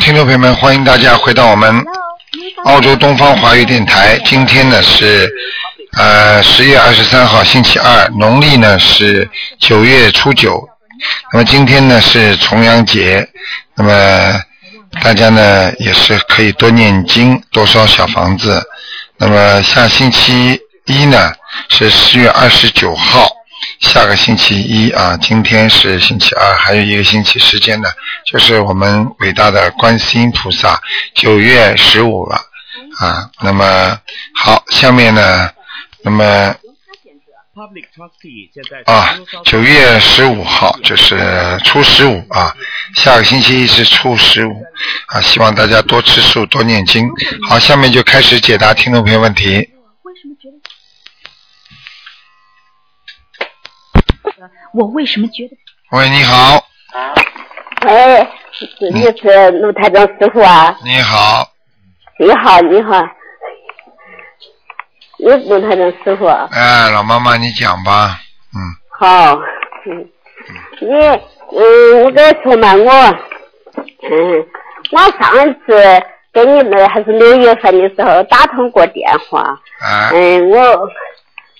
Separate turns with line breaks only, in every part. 听众朋友们，欢迎大家回到我们澳洲东方华语电台。今天呢是呃十月二十三号，星期二，农历呢是九月初九。那么今天呢是重阳节，那么大家呢也是可以多念经，多烧小房子。那么下星期一呢是十月二十九号，下个星期一啊，今天是星期二，还有一个星期时间呢，就是我们伟大的观世音菩萨九月十五了啊。那么好，下面呢，那么啊，九月十五号就是初十五啊，下个星期一是初十五啊，希望大家多吃素，多念经。好，下面就开始解答听众朋友问题。
我为什么觉得
喂，你好，
喂，你是陆台长师傅啊？
你好，
你好，你好，你是陆台长师傅啊。
哎，老妈妈，你讲吧，嗯，
好，嗯，你，嗯，你跟我说嘛，我，嗯，我上一次跟你们还是六月份的时候打通过电话，
哎，
嗯，我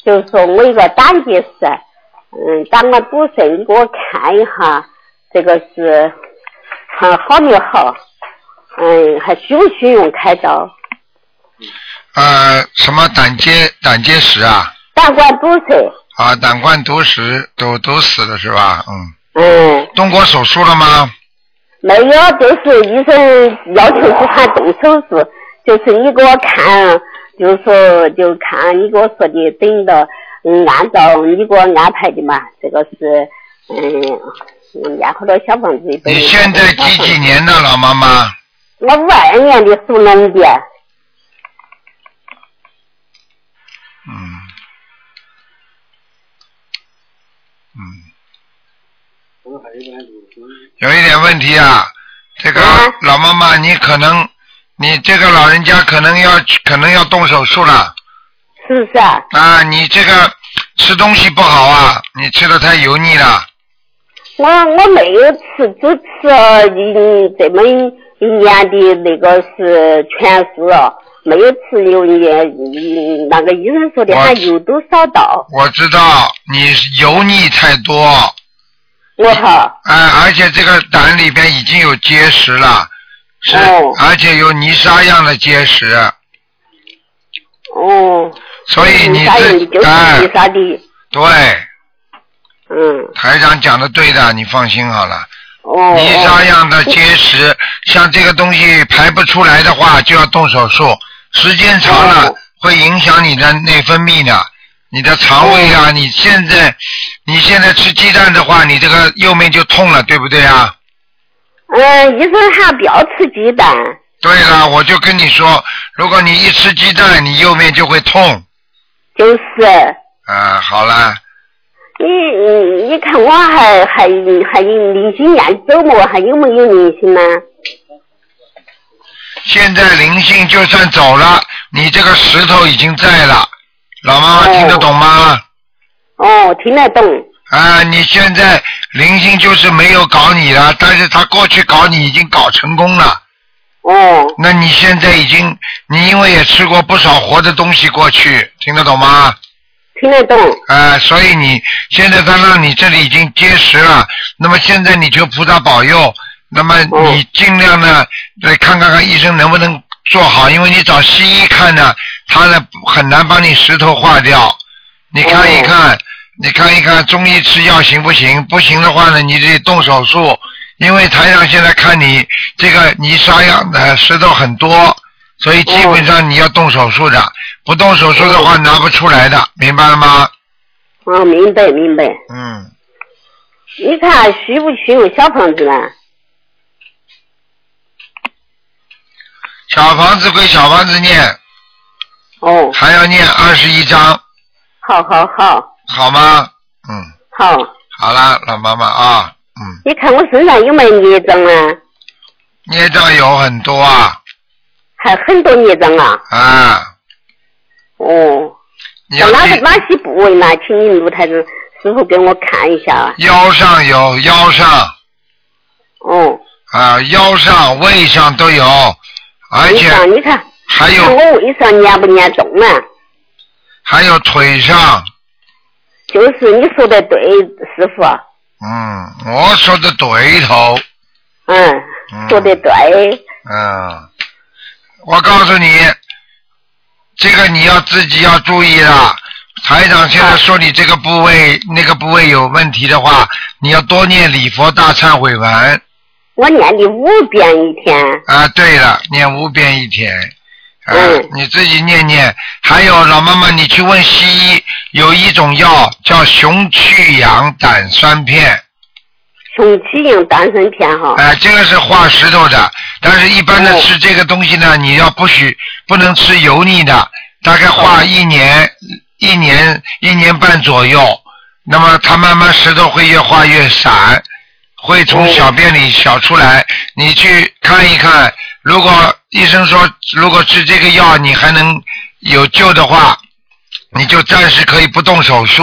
就说我一个胆结石，嗯，胆管堵塞，你给我看一下，这个是，看好没好？嗯，还需不需用开刀？
呃，什么胆结胆结石啊？
胆管堵塞，
啊，胆管毒石都都死了是吧？嗯，
嗯，
动过手术了吗？
没有，就是医生要求是看动手术，就是你给我看，就是说就看你给我说的，等到嗯按照你给我安排的嘛，这个是嗯我们家好多小房子。
你现在几几？年的老妈妈？
我五二年的属龙的，
嗯，嗯，有一点问题啊，这个
啊
老妈妈，你可能，你这个老人家可能要可能要动手术了
是不是啊？
啊！你这个吃东西不好啊，你吃的太油腻了。
我我没有吃，只吃了一这么一一年的那个是全素，没有吃油腻，嗯那个医生说的
我
还油都少到，
我知道你油腻太多，
我靠，
哎、而且这个胆里边已经有结石了，是，
哦
而且有泥沙样的结石。
哦，
所以你
啥油
这
就是
哎，
泥啥的，
对，
嗯，
台长讲的对的，你放心好了。
哦，
泥沙
哦
样的结石，像这个东西排不出来的话，就要动手术。时间长了
哦，
会影响你的内分泌的，你的肠胃
哦
啊。你现在，你现在吃鸡蛋的话，你这个右面就痛了，对不对啊？
嗯，医生喊不要吃鸡蛋，
对了，我就跟你说，如果你一吃鸡蛋，你右面就会痛。
就是。
啊，好了，
你你你看我还还还零星念走么？还有没有零星呢？
现在灵性就算走了，你这个石头已经在了。老妈妈听得懂吗？
哦，听得懂。
啊，你现在灵性就是没有搞你了，但是他过去搞你已经搞成功了。
哦，
那你现在已经，你因为也吃过不少活的东西过去，听得懂吗？
听得懂。
啊，所以你现在他让你这里已经结实了，那么现在你求菩萨保佑，那么你尽量呢，来看看看医生能不能做好，因为你找西医看呢，他呢很难帮你石头化掉。你看一看，你看一看中医吃药行不行？不行的话呢，你得动手术，因为台上现在看你这个泥沙样的石头很多，所以基本上你要动手术的，不动手术的话拿不出来的，明白了吗？
哦，明白明白。
嗯，
你看需不需要小房子呢？
小房子归小房子念，
哦，
还要念二十一章，
好好好
好吗？嗯，
好。
好啦，老妈妈啊，嗯，
你看我身上有没有孽障啊？
孽障有很多啊
还很多孽障啊！
啊，
哦，
你要
到哪
记
个哪些部位呢？请你卢台长师傅给我看一下啊。
腰上有腰上
哦，
啊，腰上、胃上都有，而
你
且哎
看，你看，
还
你看
有
我胃上严不严重啊呢？
还有腿上，
就是你说的对，师傅，
嗯，我说的对头，
嗯，
嗯
说的对，
嗯，我告诉你，这个你要自己要注意了。台长现在说你这个部位、那个部位有问题的话，你要多念礼佛大忏悔文啊、
我念的五遍一天，
对了，念五遍一天。啊、
嗯
你自己念念。还有老妈妈，你去问西医，有一种药叫熊去氧胆酸片，
胸起硬丹参片哈，
哎、这个是化石头的，但是一般的
哦
吃这个东西呢，你要不许不能吃油腻的，大
哦
概化一年、一年、一年半左右，那么它慢慢石头会越化越散，会从
哦
小便里小出来。你去看一看，如果医生说如果吃这个药你还能有救的话，你就暂时可以不动手术。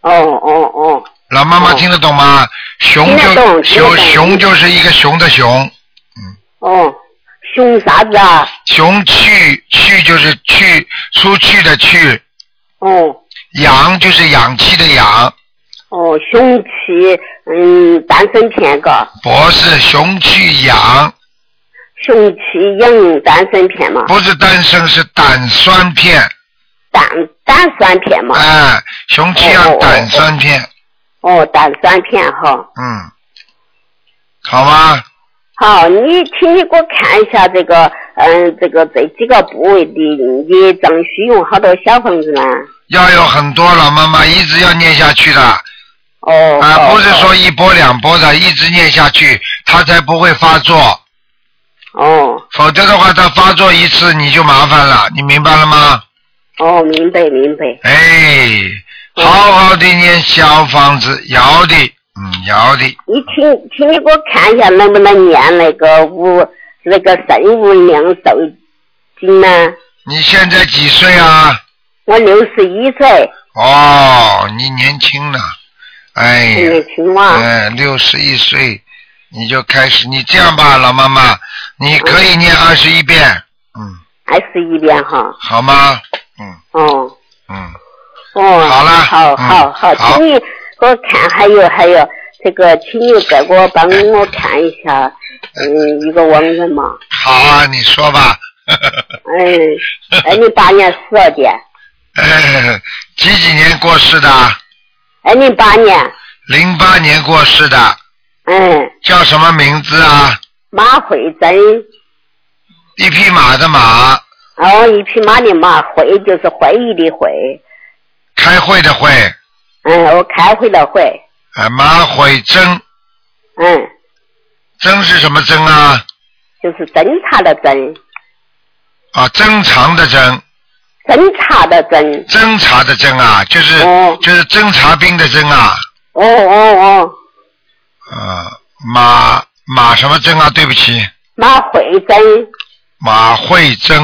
哦哦哦，
老妈妈
哦
听得懂吗？熊
听
就
得懂听得
熊
懂
熊就是一个熊的熊，
哦，胸啥子啊？
熊去去就是去出去的去，
哦
氧就是氧气的氧，
哦，胸起嗯丹参片个，
博士熊去氧，
胸起硬丹参片嘛，
不是丹参是胆酸片，
丹丹参片嘛，
哎，熊去
哦
氧
哦哦
胆酸片，
哦，丹参片哈。
嗯，好吗？
好，你请你给我看一下这个，嗯，这个这几个部位的业障需用好多小房子呢？
要有很多老妈妈一直要念下去的，啊、
哦，哦
不是说一波两波的，一直念下去，它才不会发作。
哦
否则的话，它发作一次你就麻烦了，你明白了吗？
哦，明白明白。
哎，好好的念小房子，摇的，嗯，摇的，
你请请你给我看一下能不能念那个五那个圣无量寿经呢？
你现在几岁啊？
我六十一岁，
哦，你年轻呢，哎
很
呀，
年轻哇。
哎，六十一岁，你就开始，你这样吧，老妈妈，你可以念二十一遍，嗯，
二十一遍哈。
好吗？嗯
哦
嗯，
哦。
好了
好
嗯
好好，
好
请你给我看，还有还有这个，请你再给我帮我看一下，嗯，一个亡人嘛，
好啊，你说吧。
嗯，二零八年十二点，
几几年过世的？
二零八年，
零八年过世的，
嗯，
叫什么名字啊？
马慧珍，
一匹马的马，
然后一匹马的马，慧就是会议的会。
开会的会，
嗯，我开会了会。
啊，马慧珍，
嗯，
珍是什么珍啊？
就是侦查的侦，
啊，侦查的侦，
侦查的侦。
侦查的侦啊，就是、
哦
就是侦察兵的侦啊，
哦哦哦，
啊，马马什么珍啊？对不起，
马慧珍。
马慧珍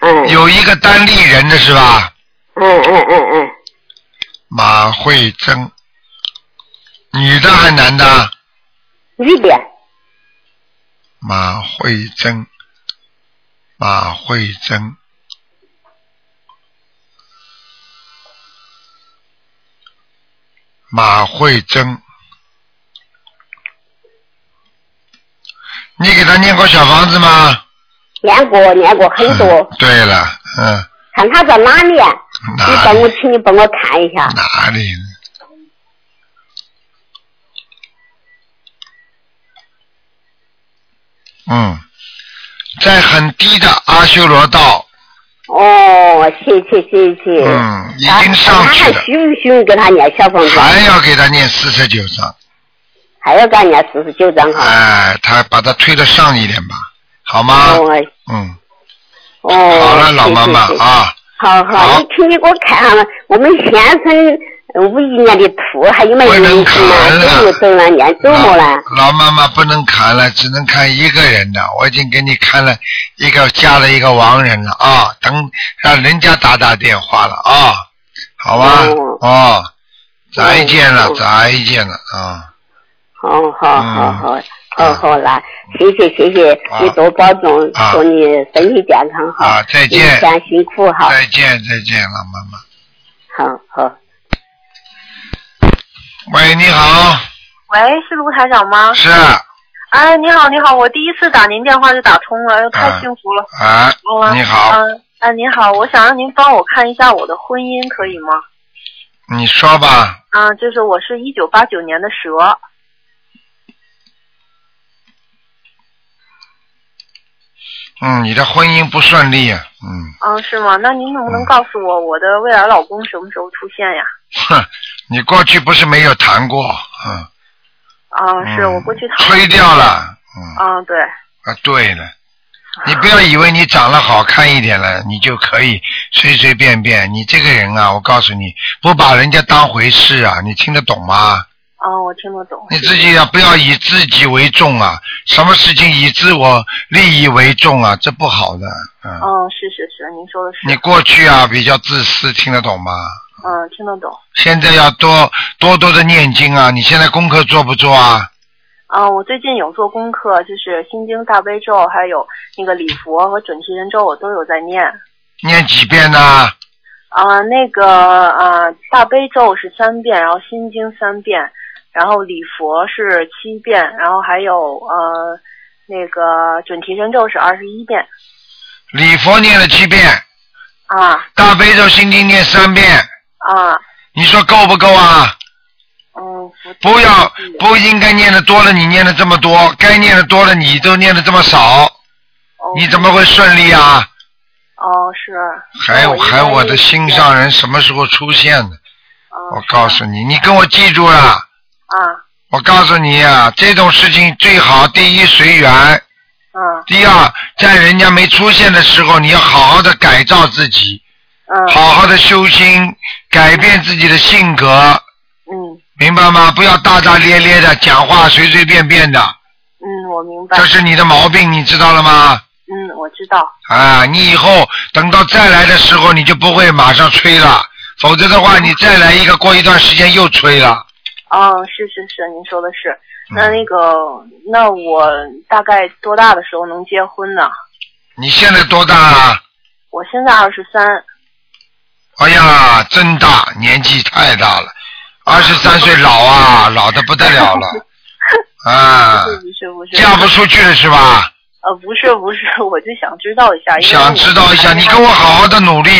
嗯嗯
有一个单立人的是吧？
嗯嗯嗯，
马慧珍，女的还男的啊？
女的。
马慧珍，马慧珍，马慧珍，你给他念过小房子吗？
念过念过很多，
嗯对了，嗯，
看他在哪里啊？你
哪
帮我，
里
请你帮我看一下。
哪里呢？嗯，在很低的阿修罗道，
哦，谢谢谢谢。
嗯，已
啊
经上去
看他
了
还，需不需要给他念小房子？
还要给他念四十九章，
还要给他念四十九章哈。
哎，他把他推得上一点吧，好吗？
哦
嗯，
哦。
哎好了，老妈妈
谢谢谢谢
啊，好
好好，你请你给我看看我们先生呃五一年的兔还有没有
不能
灵性
看啊
呢？
了
走没走了？念走没了？
老老妈妈不能看了，只能看一个人的。我已经给你看了一个加了一个亡人了啊，等让人家打打电话了啊，好吧？
哦
哦，再见了，
哦
再见了啊。嗯
好好好好，哦，好了，谢谢谢谢，你多保重，祝你身体健康哈。
啊，再见。
一天辛苦哈。
再见再见，老妈妈。
好好。
喂，你好。
喂，是卢台长吗？
是。啊
哎，你好，你好，我第一次打您电话就打通了，哎呦，太
啊
幸福了。
啊
嗯，
你好，
嗯，哎，您好，我想让您帮我看一下我的婚姻，可以吗？
你说吧，
嗯，就是我是一九八九年的蛇，
嗯，你的婚姻不顺利，嗯，
嗯，是吗？那您能不能告诉我我的未来老公什么时候出现呀？
哼，你过去不是没有谈过，嗯，
啊，是
嗯
我过去谈
吹掉。了，嗯，
啊，对，
啊，对了，你不要以为你长得好看一点了，你就可以随随便便。你这个人啊，我告诉你，不把人家当回事啊，你听得懂吗？
啊，我听得懂。
你自己要、不要以自己为重啊？什么事情以自我利益为重啊？这不好的，嗯。
嗯，是是是，您说的是。
你过去啊比较自私，听得懂吗？
嗯，听得懂。
现在要多多多的念经啊！你现在功课做不做啊？
嗯，我最近有做功课，就是心经、大悲咒，还有那个礼佛和准提神咒，我都有在念。
念几遍呢、
啊、那个呃，大悲咒是三遍，然后心经三遍，然后礼佛是七遍，然后还有呃，那个准提神咒是二十一遍
礼佛念了七遍，
啊
大悲咒心经念三遍，
啊，
你说够不够啊？
嗯，不
不要不应该念的多了，你念的这么多，该念的多了，你都念的这么少，
哦
你怎么会顺利啊？
哦是，
还有还有我的心上人什么时候出现呢？我
我
告诉你，你跟我记住了。
哦啊
我告诉你啊，这种事情最好第一随缘，
嗯
第二在人家没出现的时候，你要好好的改造自己，
嗯
好好的修心，改变自己的性格，
嗯
明白吗？不要大大咧咧的讲话，随随便便的，
嗯，我明白
这，是你的毛病，你知道了吗？
嗯，我知道，
啊，你以后等到再来的时候，你就不会马上吹了，否则的话，你再来一个，过一段时间又吹了。
嗯是是是，您说的是，那
嗯
那个那我大概多大的时候能结婚呢？
你现在多大了？
我现在二十三。
哎呀，真大，年纪太大了，二十三岁老啊，老的不得了了，啊，
不是不是，
嫁不出去了是吧？
呃，不是不是，我就想知道一下，因为
想知道一下，你跟我好好的努力，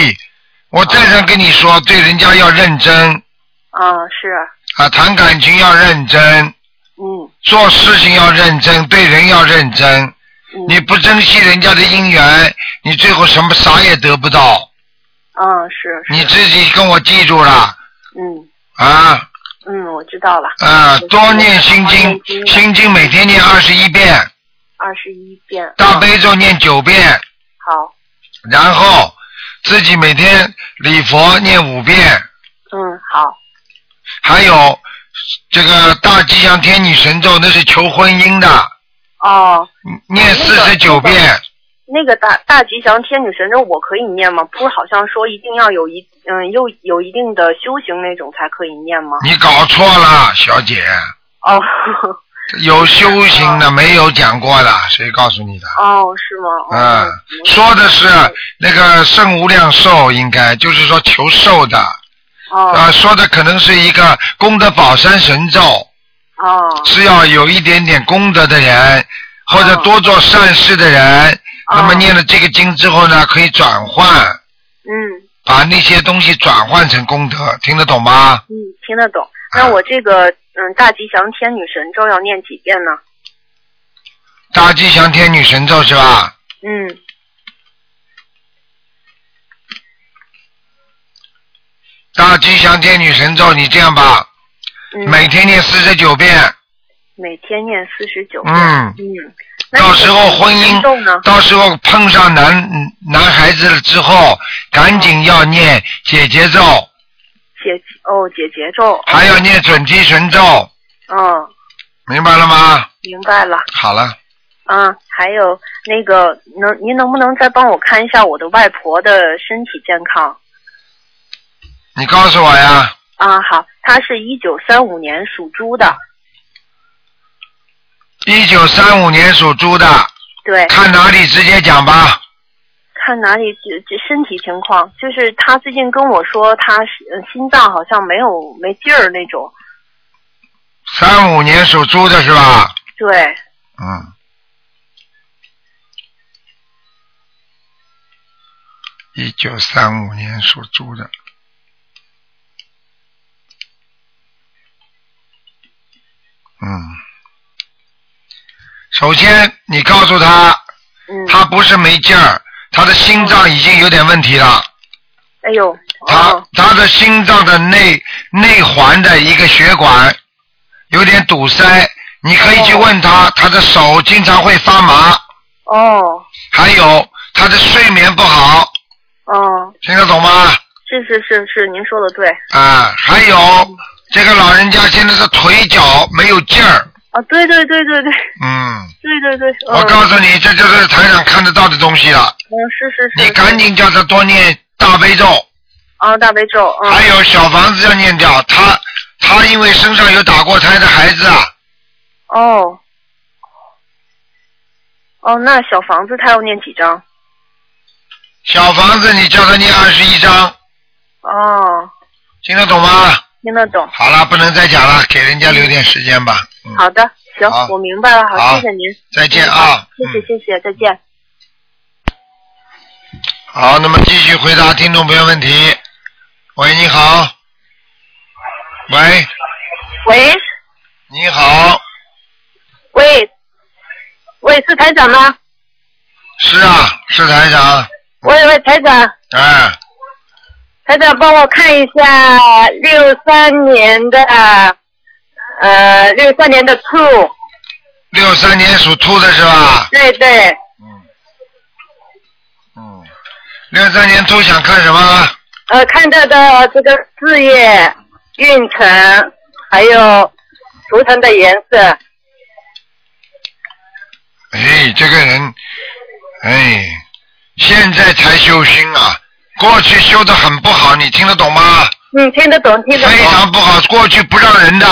我再三跟你说，对人家要认真
啊，是，
啊，谈感情要认真，
嗯
做事情要认真，对人要认真。
嗯，
你不珍惜人家的姻缘，你最后什么啥也得不到。
嗯是是，
你自己跟我记住了
嗯
啊
嗯，我知道了，
啊！多念心
多念
经，
经
心经每天念二十一遍。
二十一遍，
大悲咒念九遍，
好，
然后自己每天礼佛念五遍，
嗯好，
还有这个大吉祥天女神咒，那是求婚姻的，
哦，
念四十九遍。
那个大大吉祥天女神咒我可以念吗？不是好像说一定要有一嗯又有一定的修行那种才可以念吗？
你搞错了，小姐，
哦
有修行的没有讲过的，谁告诉你的？
哦是吗？哦
嗯，说的是那个圣无量寿，应该就是说求寿的，
哦
啊，说的可能是一个功德宝山神咒，
哦
是要有一点点功德的人，或者
哦
多做善事的人，
哦
那么念了这个经之后呢，可以转换，
嗯。
把那些东西转换成功德，听得懂吗？
嗯，听得懂。
啊
那我这个嗯大吉祥天女神咒要念几遍呢？
大吉祥天女神咒是吧？
嗯，
大吉祥天女神咒，你这样吧，
嗯
每天念四十九遍，
每天念四十九。
嗯，
嗯，那
到时候
这个
婚姻
咒呢？
到时候碰上男男孩子了之后，赶紧要念姐姐咒，
解哦解结咒。
还要念准提神咒，
嗯，
明白了吗？
明白了。
好了。
啊，还有那个能您能不能再帮我看一下我的外婆的身体健康？
你告诉我呀，
啊，好，她是一九三五年属猪的。
一九三五年属猪的，
对，
看哪里直接讲吧。
看哪里这这身体情况，就是他最近跟我说他是呃心脏好像没有没劲儿那种，
三五年属猪的是吧？
对，
嗯。一九三五年属猪的，嗯，首先你告诉他，
嗯，
他不是没劲儿，他的心脏已经有点问题了。
哎呦，
他
哦，
他的心脏的内内环的一个血管有点堵塞，你可以去问他，他的手经常会发麻，
哦，
还有他的睡眠不好，
哦，
听得懂吗？
是是是是，您说的对，
啊，还有这个老人家现在是腿脚没有劲儿，
啊，对对对对对
嗯，
对对对，嗯
我告诉你，这就是台长看得到的东西了，
嗯，是是是，
你赶紧叫他多念大悲咒。
啊，大悲咒，嗯，
还有小房子要念掉，他他因为身上有打过胎的孩子啊，
哦，哦，那小房子他要念几张？
小房子你叫他念二十一章，
哦，
听得懂吗？
听得懂。
好了，不能再讲了，给人家留点时间吧。嗯，
好的，行
好，
我明白了，
好
好，谢谢您，
再见啊。
谢谢
嗯。
谢谢，再见。
好，那么继续回答听众朋友问题。喂，你好。喂，
喂
你好，
喂喂，是台长吗？
是啊，是台长，
喂喂，台长，
哎，
台长帮我看一下六三年的呃六三年的兔，
六三年属兔的是吧？
对对，
嗯。嗯，六三年兔想看什么？
呃，看到的这个事业运程，还有图腾的颜色。
哎，这个人，哎，现在才修心啊，过去修的很不好，你听得懂吗？
嗯，听得懂，听得
非
懂。
常不好，过去不让人的。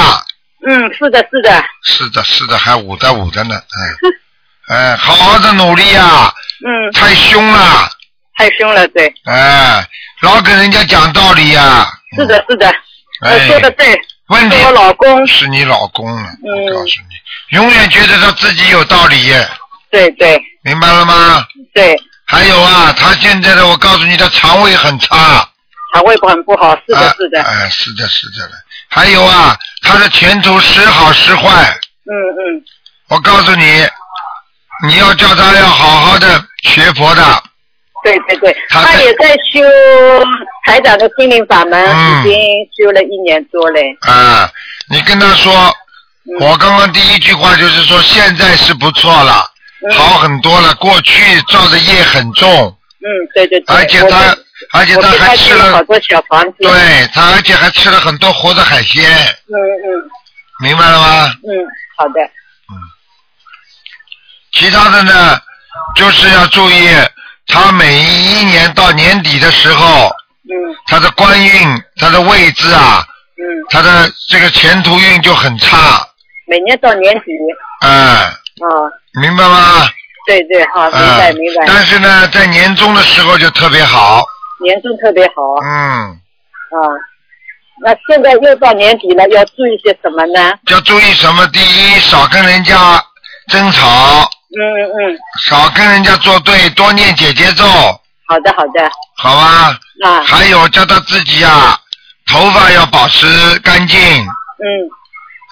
嗯，是的，是的。
是的，是的，还捂着捂着呢，嗯，哎，好好的努力啊，
嗯，
太凶了，
太凶了，对。
哎，老给人家讲道理呀、
是的，是的。呃，
哎
说的对，
问题
是我老嗯公。
是你老公了，我告诉你，永远觉得他自己有道理，
对对
明白了吗？
对，
还有啊，他现在的我告诉你，他肠胃很差。
肠胃很不好。是的，是的。
哎、哎是的，是的了。还有啊，他的前途时好时坏，
嗯嗯，
我告诉你，你要叫他要好好的学佛的。
对对对。
他在
他也在修台长的心灵法门，
嗯
已经修了一年多嘞。
啊，你跟他说，
嗯
我刚刚第一句话就是说，现在是不错了，
嗯
好很多了。过去造的业很重，
嗯，对对对。
而且
我
他
给，
而且
我
他
给
还
他
吃
订了好
了，
多小房子。
对他，而且还吃了很多活的海鲜，
嗯嗯
明白了吗？
嗯，好的。
其他的呢，就是要注意，他每一年到年底的时候，
嗯
他的官运、他的位置啊，
嗯，
他的这个前途运就很差，
每年到年底，
嗯，
啊，
明白吗？
对对，好，啊明白
嗯
明白。哦
但是呢，在年终的时候就特别好，
年终特别好
嗯，
啊。那现在又到年底了，要注意些什么呢？
要注意什么？第一，少跟人家争吵，
嗯嗯，
少跟人家作对，多念姐姐咒，
好的好的
好吧？
啊，
还有叫他自己啊，头发要保持干净。
嗯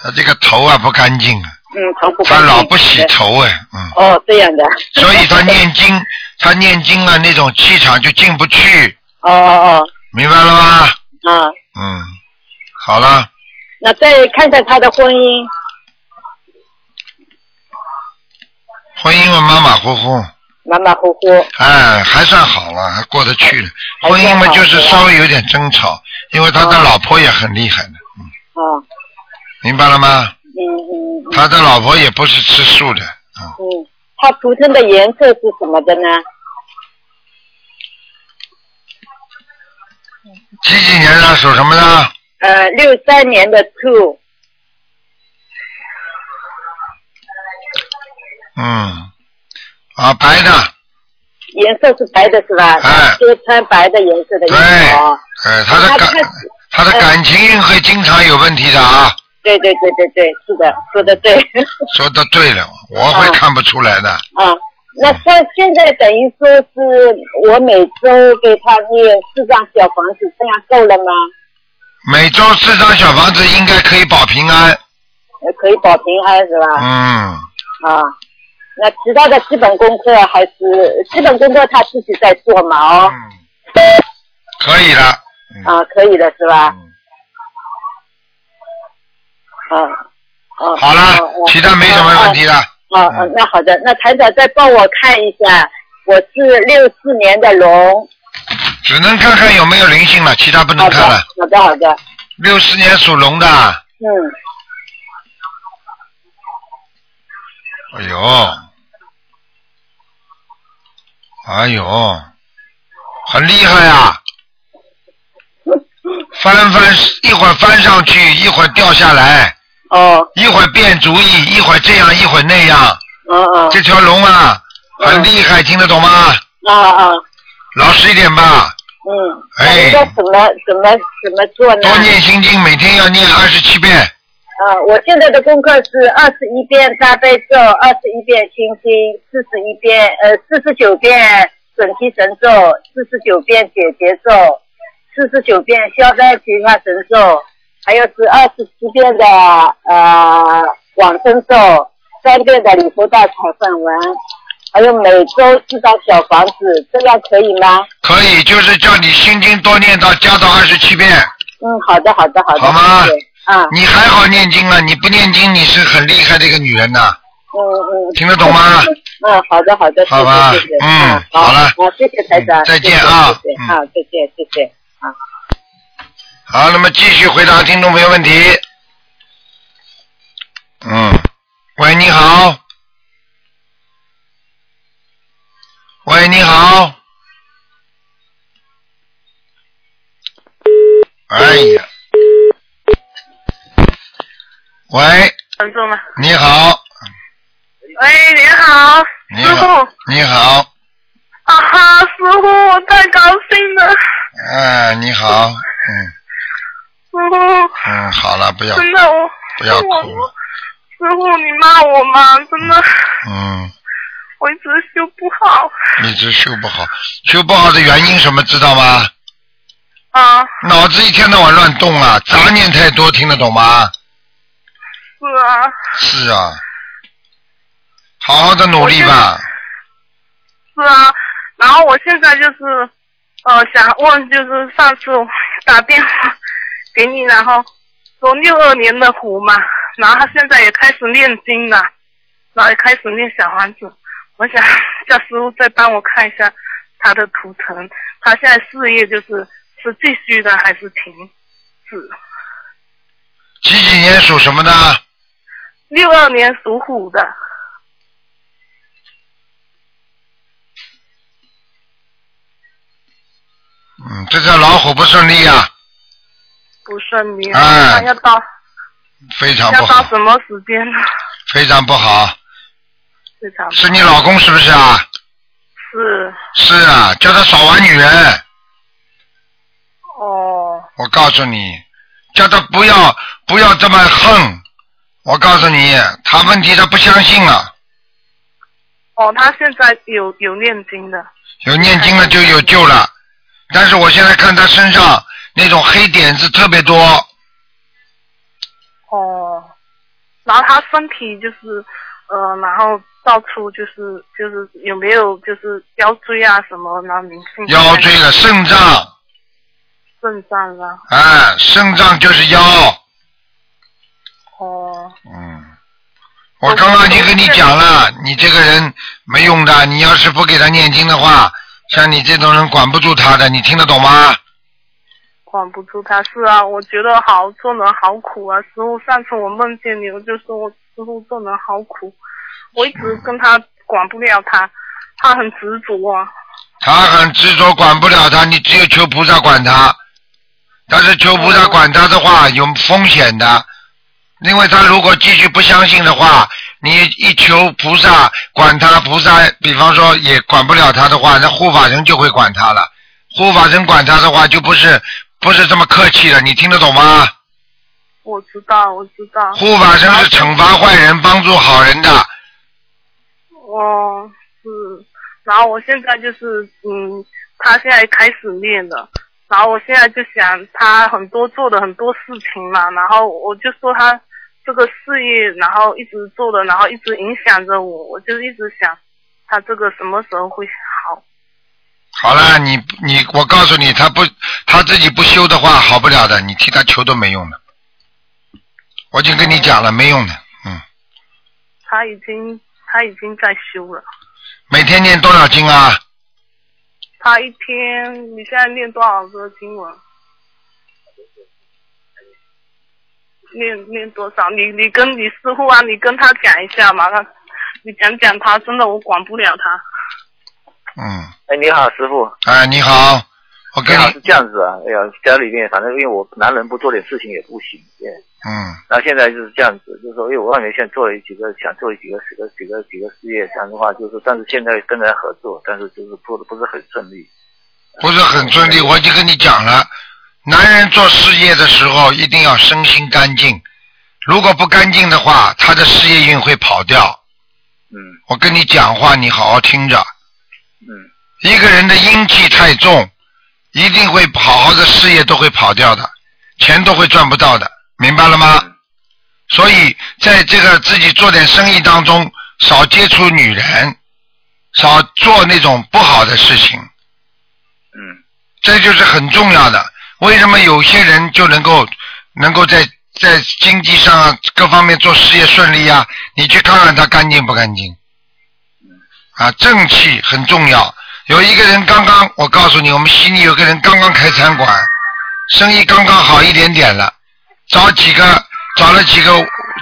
他这个头啊不干净啊，
嗯，头不
他
干净
老不洗头哎、嗯，
哦，这样的。
所以他念经，他念经啊那种气场就进不去，
哦哦
明白了吗？
哦啊，
嗯，好了，
那再看看他的婚姻，
婚姻嘛马马虎虎，
马马虎虎。
哎，还算好了，还过得去了。
还
婚姻嘛
还算好
就是
是吧
稍微有点争吵，因为他的
哦
老婆也很厉害的，嗯，
啊，
明白了吗？
嗯嗯嗯
他的老婆也不是吃素的，嗯，
嗯，他图腾的颜色是什么的呢？
几几年的属什么的？
呃，六三年的兔，
嗯，啊，白的，
颜色是白的是吧？
哎
就是穿白的颜色的衣
对
服哦。，
呃，他的
他呃
感他
他
的感情运会经常有问题的啊，
对对对对对，是的，说的对。
说的对了，我会
啊
看不出来的，
啊，那现现在等于说是我每周给他念四张小房子，这样够了吗？
每周四张小房子应该可以保平安，
呃可以保平安是吧？
嗯，
啊，那其他的基本功课还是基本功课他自己在做嘛哦。
嗯，可以了，
啊，可以的是吧？
嗯，
啊，啊，
好了
哦，
其他没什么问。题了，嗯
哦哦哦，哦那好的，那台长再帮我看一下，我是六四年的龙。
只能看看有没有灵性了，其他不能
好的
看了。，
好的，好的，
六四年属龙的，
嗯，
哎呦，哎呦，很厉害啊！翻翻，一会儿翻上去，一会儿掉下来，
哦，
一会儿变主意，一会儿这样，一会儿那样。
嗯嗯，
这条龙啊，很厉害，听得懂吗？
啊啊，
老实一点吧，
嗯，那
哎
应该怎么怎么怎么做
啊
呢？
多念心经，每天要念二十七遍。
啊，我现在的功课是二十一遍大悲咒，二十一遍心经，四十一遍呃四十九遍准提神咒，四十九遍解结咒，四十九遍消灾吉祥神咒，还有是二十七遍的呃往生咒，三遍的礼佛大忏悔文，还有每周四张小房子，这样可以吗？
可以，就是叫你心经多念到加到二十七遍。
嗯，好的，好的，好的，
好吗
谢谢。啊，嗯
你还好念经啊，你不念经你是很厉害的一个女人呐、
嗯，
听得懂吗？
嗯，好的好的，谢
好吧
谢谢谢，
嗯
啊
好了
好，谢谢台长
嗯，再见啊
谢谢谢
嗯
谢啊，再见，谢谢。
好，那么继续回答听众朋友问题。嗯，喂，你好。喂，你好。哎呀。喂，
能做吗？
你好，
喂，您好，
你
师傅。
好，你好，
啊哈，师傅，我太高兴了，师
哎，你好，嗯
傅，
嗯，好了，不要
真的我，
不要
我
哭了，
师傅你骂我嘛，真的，
嗯。
我一直修不好
一直修不好，修不好的原因什么知道吗？
啊，
脑子一天到晚乱动啊，杂念太多，听得懂吗？
是啊，
是啊，好好的努力吧。
是啊，然后我现在就是，呃，想问就是上次我打电话给你，然后说六二年的虎嘛，然后他现在也开始念经了，然后也开始念小房子，我想 叫师傅再帮我看一下他的图腾，他现在事业就是是继续的还是停止？
几几年属什么的？
六二年属虎的，
嗯，这条老虎不顺利啊，
不顺利，
哎
那要到
非常不
要到
好，
什么时间呢？
非常不好。
非常
是你老公是不是啊？
是
是啊，叫他少玩女人。
哦。
我告诉你，叫他不要不要这么横。我告诉你，他问题他不相信啊。
哦，他现在有有念经的。
有念经了就有救了，但是我现在看他身上那种黑点子特别多，
哦，然后他身体就是，呃，然后到处就是就是有没有就是腰椎啊什么，然后灵性
腰椎了、肾脏，
肾脏啊，
哎，肾脏就是腰，
哦，
嗯，我刚刚已经跟你讲了，你这个人没用的，你要是不给他念经的话，像你这种人管不住他的，你听得懂吗？
管不住他。是啊，我觉得好做人好苦啊，师傅。上次我梦见你，我就说我师傅做人好苦，我一直跟他管不了他，他很执着啊。
他很执着，管不了他，你只有求菩萨管他，但是求菩萨管他的话有风险的，因为他如果继续不相信的话，你一求菩萨管他，菩萨比方说也管不了他的话，那护法神就会管他了。护法神管他的话，就不是不是这么客气了。你听得懂吗？
我知道，我知道。
护法神是惩罚坏人、帮助好人的。
哦，是。然后我现在就是，嗯，他现在开始念了。然后我现在就想，他很多做的很多事情嘛，然后我就说他这个事业，然后一直做的，然后一直影响着我，我就一直想，他这个什么时候会好？
好了，你你我告诉你，他不他自己不修的话，好不了的。你替他求都没用的。我已经跟你讲了，没用的。嗯，
他已经他已经在修了，
每天念多少经啊？
他一天你现在念多少个经文？念念多少？你你跟你师傅啊，你跟他讲一下嘛，让你讲讲他，真的我管不了他。
嗯，
哎，你好，师傅。
哎，你好，我
你
跟
好
你
是这样子啊，哎呀，家里面反正因为我男人不做点事情也不行，对。
嗯
然后现在就是这样子，就是说，因为我外面现在做了几个，想做几个几个几个几个事业，这样的话就是，但是现在跟人合作，但是就是做的不是很顺利。
不是很顺利。我已经跟你讲了，男人做事业的时候一定要身心干净，如果不干净的话，他的事业运会跑掉。
嗯
我跟你讲话，你好好听着。
嗯
一个人的阴气太重，一定会好好的事业都会跑掉的，钱都会赚不到的，明白了吗？
嗯
所以在这个自己做点生意当中，少接触女人，少做那种不好的事情，
嗯
这就是很重要的。为什么有些人就能够能够在在经济上啊各方面做事业顺利啊？你去看看他干净不干净？啊，正气很重要。有一个人刚刚，我告诉你，我们悉尼有个人刚刚开餐馆，生意刚刚好一点点了，找几个找了几个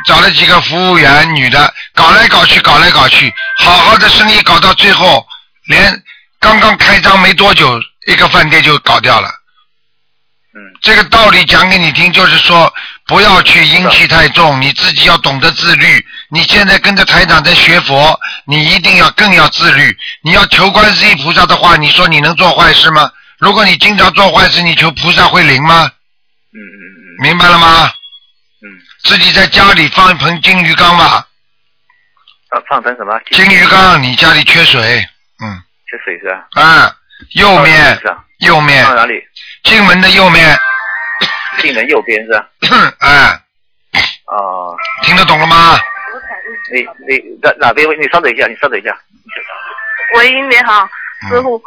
找了几个服务员女的，搞来搞去搞来搞去，好好的生意搞到最后，连刚刚开张没多久，一个饭店就搞掉了。
嗯
这个道理讲给你听，就是说不要去阴气太重，你自己要懂得自律。你现在跟着台长在学佛，你一定要更要自律。你要求观世音菩萨的话，你说你能做坏事吗？如果你经常做坏事，你求菩萨会灵吗？
嗯嗯嗯
明白了吗？
嗯，
自己在家里放一盆金鱼缸吧，
啊，放成什么？
金鱼缸你家里缺水，嗯，
缺水是吧？
啊，右面嗯
是吧？
右
放
面
哪里？
进门的右面，
进人右边是吧？
哎，
啊，
听得懂了吗？
你你哪哪边位？你稍等一下，你稍等一下。
喂，你好，师
嗯。
傅。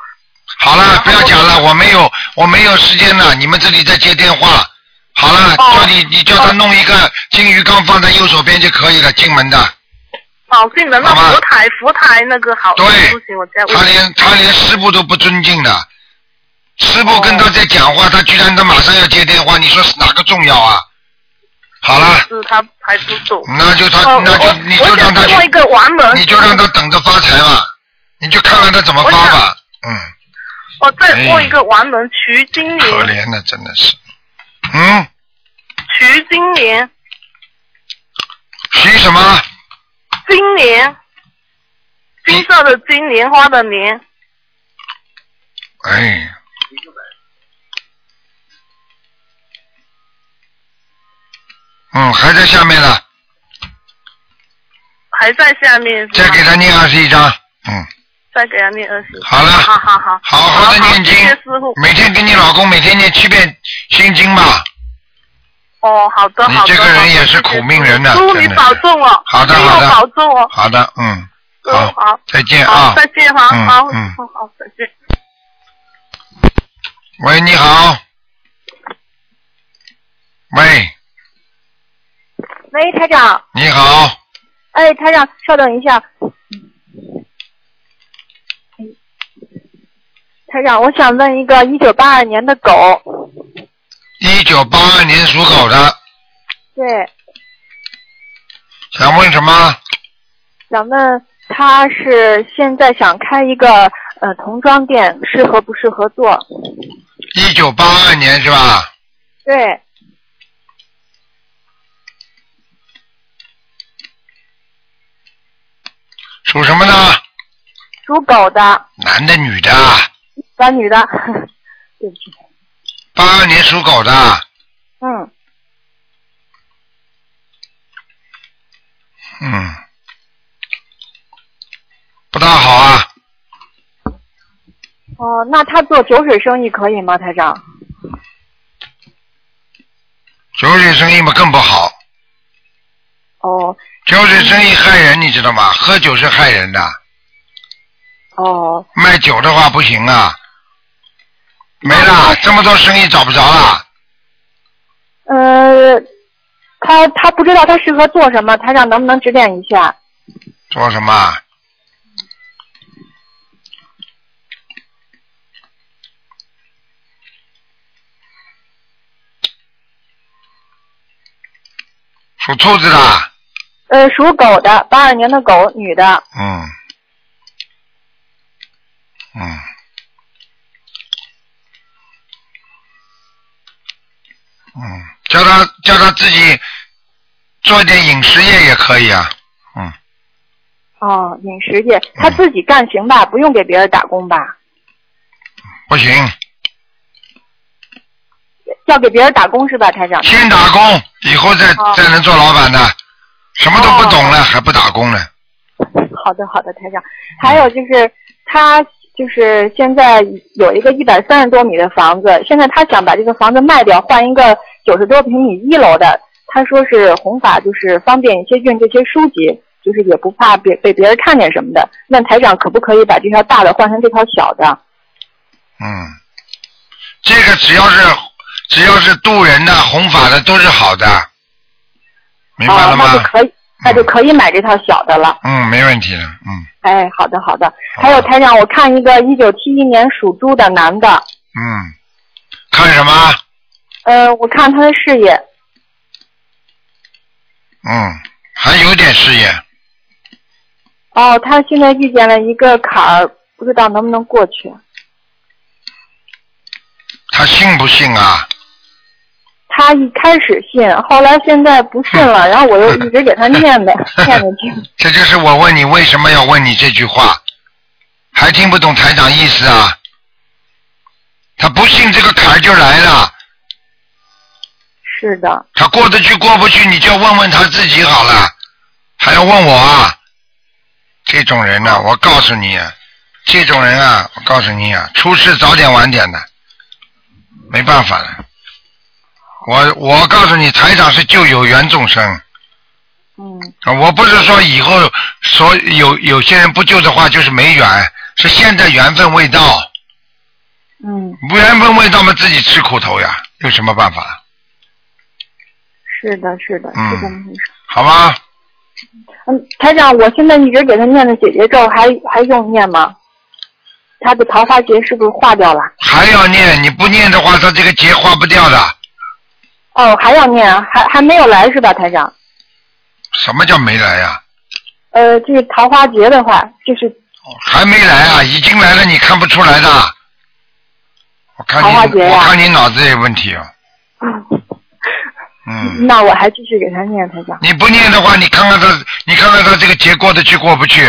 好了，不要讲了，我没有，我没有时间了。你们这里在接电话。好了，
哦
叫你你叫他弄一个金鱼缸放在右手边就可以了，进门的。
保定的那
好吧
佛台，佛台那个好，
对
不行，我再问
他。连他连师傅都不尊敬的，师傅跟他在讲话，他居然他马上要接电话，你说哪个重要啊？好了，
是他还不走。
那就嗯他、
哦，
那就
我
你
我
就让
想
他
做一
去，
个完人，
你就让他等着发财吧，你就看看他怎么发
我想
吧。嗯，
我再做一个完人，徐金
哎可
莲，
怜的真的是，嗯，
徐金莲，
徐什么？
金莲，金色的金，莲花的莲，
哎，嗯，还在下面呢，
还在下面是
再
吗？
给他念二十一章。嗯，
再给他念二十。
好了，
好好好，
好好的念经
谢谢师傅。
每天给你老公每天念七遍心经吧。
哦，好的，
你
好的。
这个人
好的
也是苦命人呐
师傅
真
你
的是
保重哦。
好的
师傅
好的
保重哦。
好的，嗯，
嗯
好，
好
再见
好
啊。
再见哈，
嗯
好，
嗯
好好，再见。
喂，你好。喂，
喂，台长，
你好，
哎，台长，稍等一下。哎台长，我想问一个一九八二年的狗，
一九八二年属狗的，
对，
想问什么？
想问他是现在想开一个呃童装店，适合不适合做？
一九八二年是吧？
对，
属什么的？
属狗的，
男的女的？啊
男女的， 对不起，
八二年属狗的。啊
嗯，
嗯，不大好啊。
哦，那他做酒水生意可以吗，台长？
酒水生意嘛更不好，
哦
酒水生意害人，你知道吗？喝酒是害人的，
哦，
卖酒的话不行啊。没啦，这么多生意找不着啦。
呃，他他不知道他适合做什么，台长能不能指点一下？
做什么啊？属兔子的啊，
呃，属狗的，八二年的狗，女的，
嗯，嗯，嗯，叫他叫他自己做一点饮食业也可以啊，嗯，
哦，饮食业，他自己干行吧，不用给别人打工吧？
不行，
要给别人打工是吧，台长？
先打工，以后再
哦
再能做老板的，什么都不懂了还不打工呢，
好的，好的，台长。还有就是他就是现在有一个一百三十多米的房子，现在他想把这个房子卖掉，换一个九十多平米一楼的。他说是弘法，就是方便一些运这些书籍，就是也不怕别被别人看见什么的。那台长可不可以把这条大的换成这条小的？
嗯，这个只要是只要是渡人的、弘法的都是好的，明白
啊、
了吗？
那就可以，那就可以买这条小的了。
嗯，没问题的，嗯
哎，好的好的。
好
还有台长，我看一个一九七一年属猪的男的，
嗯，看什么？
呃，我看他的事业，
嗯，还有点事业，
哦，他现在遇见了一个坎儿，不知道能不能过去。
他信不信啊？
他一开始信，后来现在不信了，然后我又一直给他念呗， 念着 听。
这就是我问你为什么要问你这句话，还听不懂台长意思啊？他不信这个坎儿就来了，
是的，
他过得去过不去，你就要问问他自己好了，还要问我啊？这种人呐、我告诉你，啊这种人啊，我告诉你啊，出事早点晚点的，没办法了。我我告诉你，台长是救有缘众生。
嗯，
啊，我不是说以后所有有些人不救的话就是没缘，是现在缘分未到，
嗯，
缘分未到嘛自己吃苦头呀，有什么办法？
是的，是的，
嗯
是这么回事。
好吗？
嗯，台长，我现在一直给他念的姐姐咒，还还用念吗？他的桃花劫是不是化掉了？
还要念，你不念的话，他这个结化不掉的。
哦，还要念啊，还还没有来是吧，台长？
什么叫没来呀、
呃，这个桃花劫的话，就是
还没来啊？已经来了，你看不出来的。我看
桃花
你，
劫呀
我看你脑子有问题哦。嗯，
那我还继续给他念台长。
你不念的话，你看看他，你看看他这个结过得去过不去。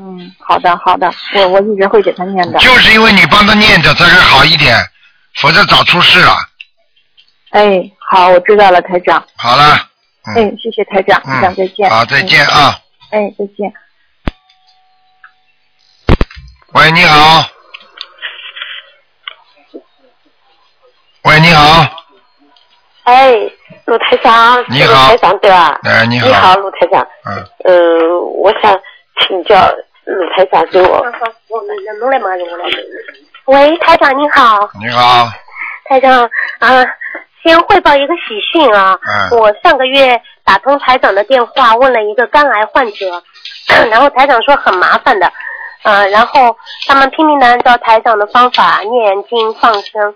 嗯，好的好的，我我一直会给他念的。
就是因为你帮他念着，他才好一点，否则早出事了。
哎，好，我知道了，台长。
好了，嗯
哎，谢谢台长，台
嗯，
长再见。
好，再见啊！
哎。哎，再见。
喂，你好。喂，你好。
哎，鲁台长，
你
是鲁
好
台长对吧？
哎，你好。
你好，鲁台长。
嗯，
呃，我想请教鲁台长给我。
喂，台长您好，
你好。
台长啊，先汇报一个喜讯啊，
嗯
我上个月打通台长的电话，问了一个肝癌患者，然后台长说很麻烦的，呃，然后他们拼命的按照台长的方法念经放生，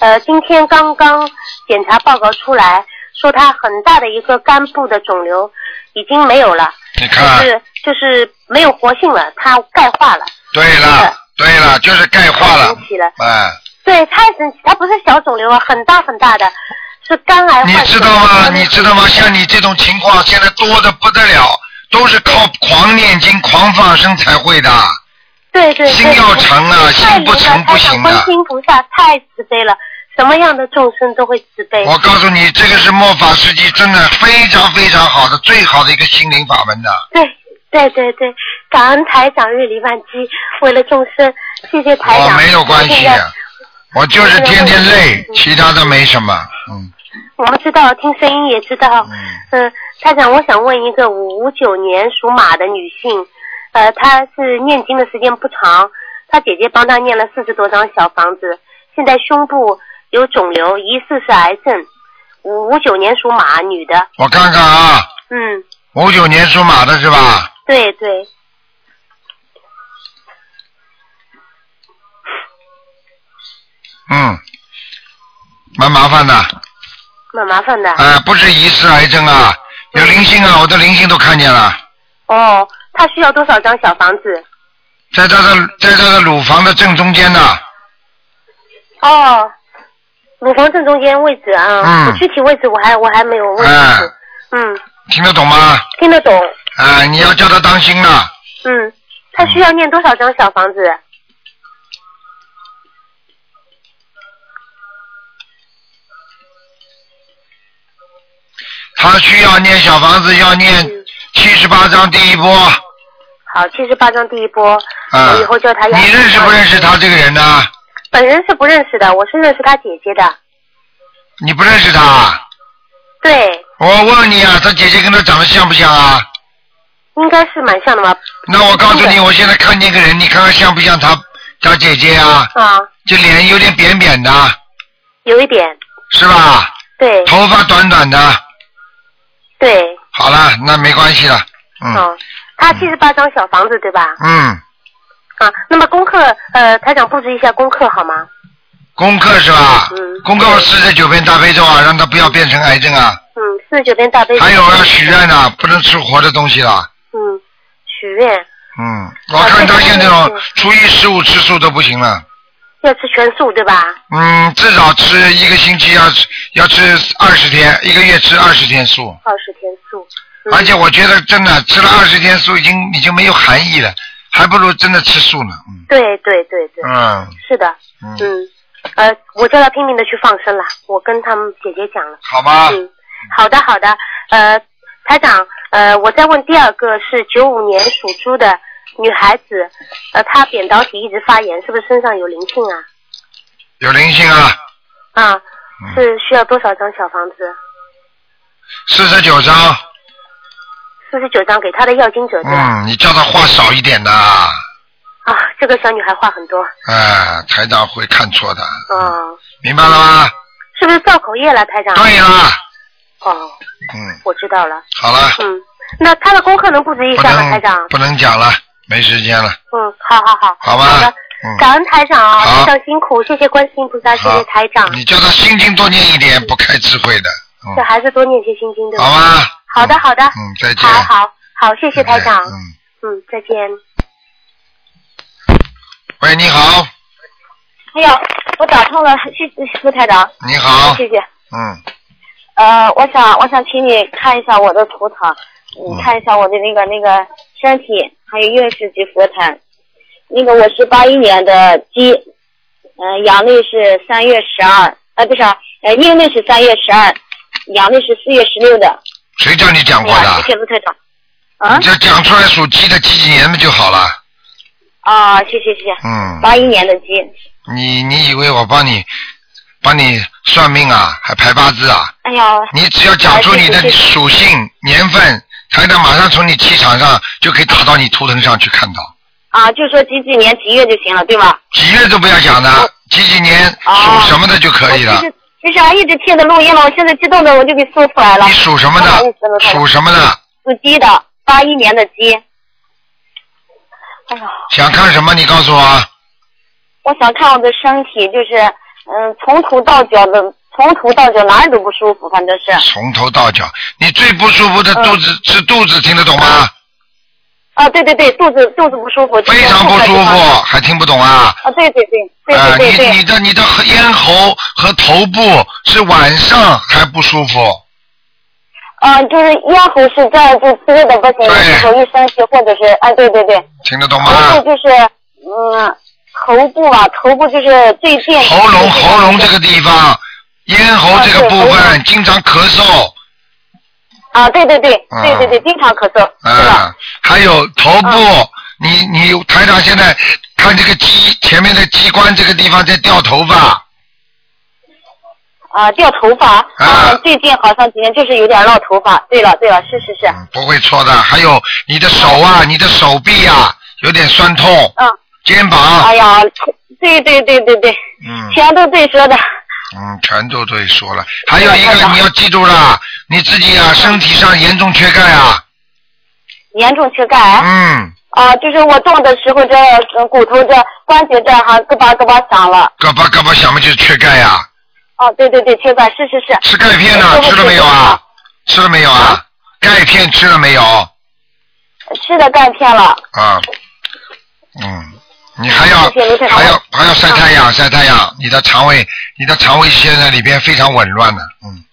呃，今天刚刚检查报告出来，说他很大的一个肝部的肿瘤已经没有了，
你
就
看，
是就是没有活性了，它钙化了，
对了，对了，就是钙化
太
了
神，奇了。
哎，
对，太神奇，它不是小肿瘤啊，很大很大的，是肝癌
你
患者。
知道吗？你知道吗？像你这种情况，现在多的不得了，都是靠狂念经、狂放生才会的。
对对对，
心要诚啊
我
心不诚不行的啊
太明了观世音菩萨太慈悲了，什么样的众生都会慈悲。
我告诉你，这个是末法时期真的非常非常好的、最好的一个心灵法门的。
对对对对，感恩台长日理万机，为了众生，谢谢台
我
长。
没有关
我
系啊
现在，
我就是天天累，其他的没什么。嗯，
我们知道，听声音也知道。嗯、台长，我想问一个五九年属马的女性，呃，她是念经的时间不长，她姐姐帮她念了四十多张小房子，现在胸部有肿瘤，疑似是癌症。五五九年属马，女的。
我看看啊，
嗯，
五九年属马的是吧？
对对，
嗯，蛮麻烦的。
蛮麻烦的。
啊，不是疑似癌症啊，有灵性啊，我的灵性都看见了，
哦，她需要多少张小房子？
在他的在他的乳房的正中间呢、
哦，乳房正中间位置啊，
嗯
我具体位置我还我还没有问清
啊
楚。嗯，
哎听得懂吗？
听得懂。
啊，你要叫他当心了，
嗯，他需要念多少张小房子？
他需要念小房子，要念七十八章第一波。
好，七十八张第一波。
啊
我以后叫他要。
你认识不认识他这个人呢、
本人是不认识的，我是认识他姐姐的。
你不认识他啊？
对，
我问你啊，他姐姐跟他长得像不像啊？
应该是蛮像的吧？
那我告诉你，我现在看见一个人，你看看像不像他他姐姐啊？
啊，
这脸有点扁扁的，
有一点。
是吧？
对
头发短短的。
对，
好了，那没关系了。嗯
哦，他七十八张小房子对吧？
嗯，
啊，那么功课，呃，台长布置一下功课好吗？
功课是吧？
嗯
功课四十九遍大悲咒啊，让他不要变成癌症啊。
嗯，四十九遍大悲咒。
还有啊要许愿呐、不能吃活的东西了。
嗯，许愿
嗯，我看他现在哦，初一十五吃素都不行了。
要吃全素对吧？
嗯，至少吃一个星期要吃要吃二十天，一个月吃二十天素。
二十天素。嗯
而且我觉得真的吃了二十天素已经已经没有含义了，还不如真的吃素呢。嗯
对对对对，
嗯，
是的，
嗯
嗯，呃，我叫他拼命的去放生了，我跟他们姐姐讲了。
好吧。
嗯，好的好的，呃，台长，呃，我再问第二个是九五年属猪的女孩子，呃，她扁桃体一直发炎，是不是身上有灵性啊？
有灵性啊，
啊，
嗯
是需要多少张小房子？
四十九章。
四十九张给她的要经者对吧？
嗯，你叫他话少一点呐。嗯
啊，这个小女孩话很多，
啊，台长会看错的，
哦，
明白了吗？
是不是造口业了，台长？
对啦，
哦，
嗯，
我知道了。
好了，
嗯，那她的功课能布置一
不
下嗯吗，台长？
能不能讲了，没时间了，
嗯，好好好，
好吧
的，
嗯
感恩台长啊，
好
非常辛苦，谢谢观世音菩萨，谢
好嗯
谢台长，
你叫他心经多念一点，不开智慧的，
这
嗯，
孩子多念些心经，对吧？
好吧，
好的，好的，
嗯，再见，
好好好，谢谢台长，
嗯，
嗯，再见。
喂，你好，
哎呀，我打通了，谢谢卢台长。
你好，
谢谢。
嗯，
呃，我想我想请你看一下我的图腾，你
嗯
看一下我的那个那个身体，还有运势及佛坛。那个我是八一年的鸡，嗯、阳历是三月十二，呃，不是啊，呃，阴历是三月十二，阳历是四月十六的。
谁叫你讲过
哎呀谢
的？
谢卢台长。
嗯
啊
你就讲出来属鸡的几几年的就好了，
啊，谢谢谢谢。
嗯，
八一年的鸡，
你你以为我帮你帮你算命啊，还排八字啊？
哎呀，
你只要讲出你
哎
的
谢谢谢谢
属性、年份，台长马上从你气场上就可以打到你图腾上去看到。
啊，就说几几年几月就行了，对吧？
几月都不要讲的，几几年属什么的就可以
就
了。
是就是啊，一直听着录音了，我现在激动的我就给说出来了。
你属什么
不好意
的
思了？
属什么的？
属鸡的，八一年的鸡。哎呀，
想看什么？你告诉我啊。
我想看我的身体，就是嗯，从头到脚的，从头到脚哪里都不舒服，反正是
从头到脚，你最不舒服的肚子、是肚子，听得懂吗？
啊，对对对，肚子肚子不舒服，
非常不舒服，还听不懂啊？
啊，对对对对
啊、
对对对，
你你的你的咽喉和头部是晚上还不舒服，
啊
嗯，就是咽喉是这样，就吃的不行，然后一生气或者是，
啊
哎，对对对，
听得懂
然
吗？
后就是，嗯，头部
啊
吧，头部就是最近
喉咙喉咙这个地方，咽喉这个部分经常咳嗽，
啊，对对对
嗯
对对对，经常咳嗽，
啊，还有头部，你你台长现在看这个鸡前面的鸡冠这个地方在掉头发，
啊，掉头发，啊，最近好像几天就是有点落头发。对了对了，是是是，
嗯不会错的。还有你的手啊，你的手臂啊，有点酸痛，
嗯，
肩膀，
哎呀，对对对对对，
嗯
全都对说的，
嗯，全都对说了。还
啊
有一个你要记住了，你自己
嗯
啊身体上严重缺钙啊，
严重缺钙。
嗯，
啊，就是我动的时候这呃骨头这关节这还咯巴咯巴响了。
胳膊胳膊想嘛就是缺钙呀、
哦、对对对，缺钙，是是是。
吃钙片呢、吃了没有啊？吃了没有啊？钙片吃了没有？
吃的钙片了。
啊，嗯，你还要
谢谢卢台啊长
还要还要晒太阳，晒太阳，你的肠胃你的肠胃现在里边非常紊乱的，嗯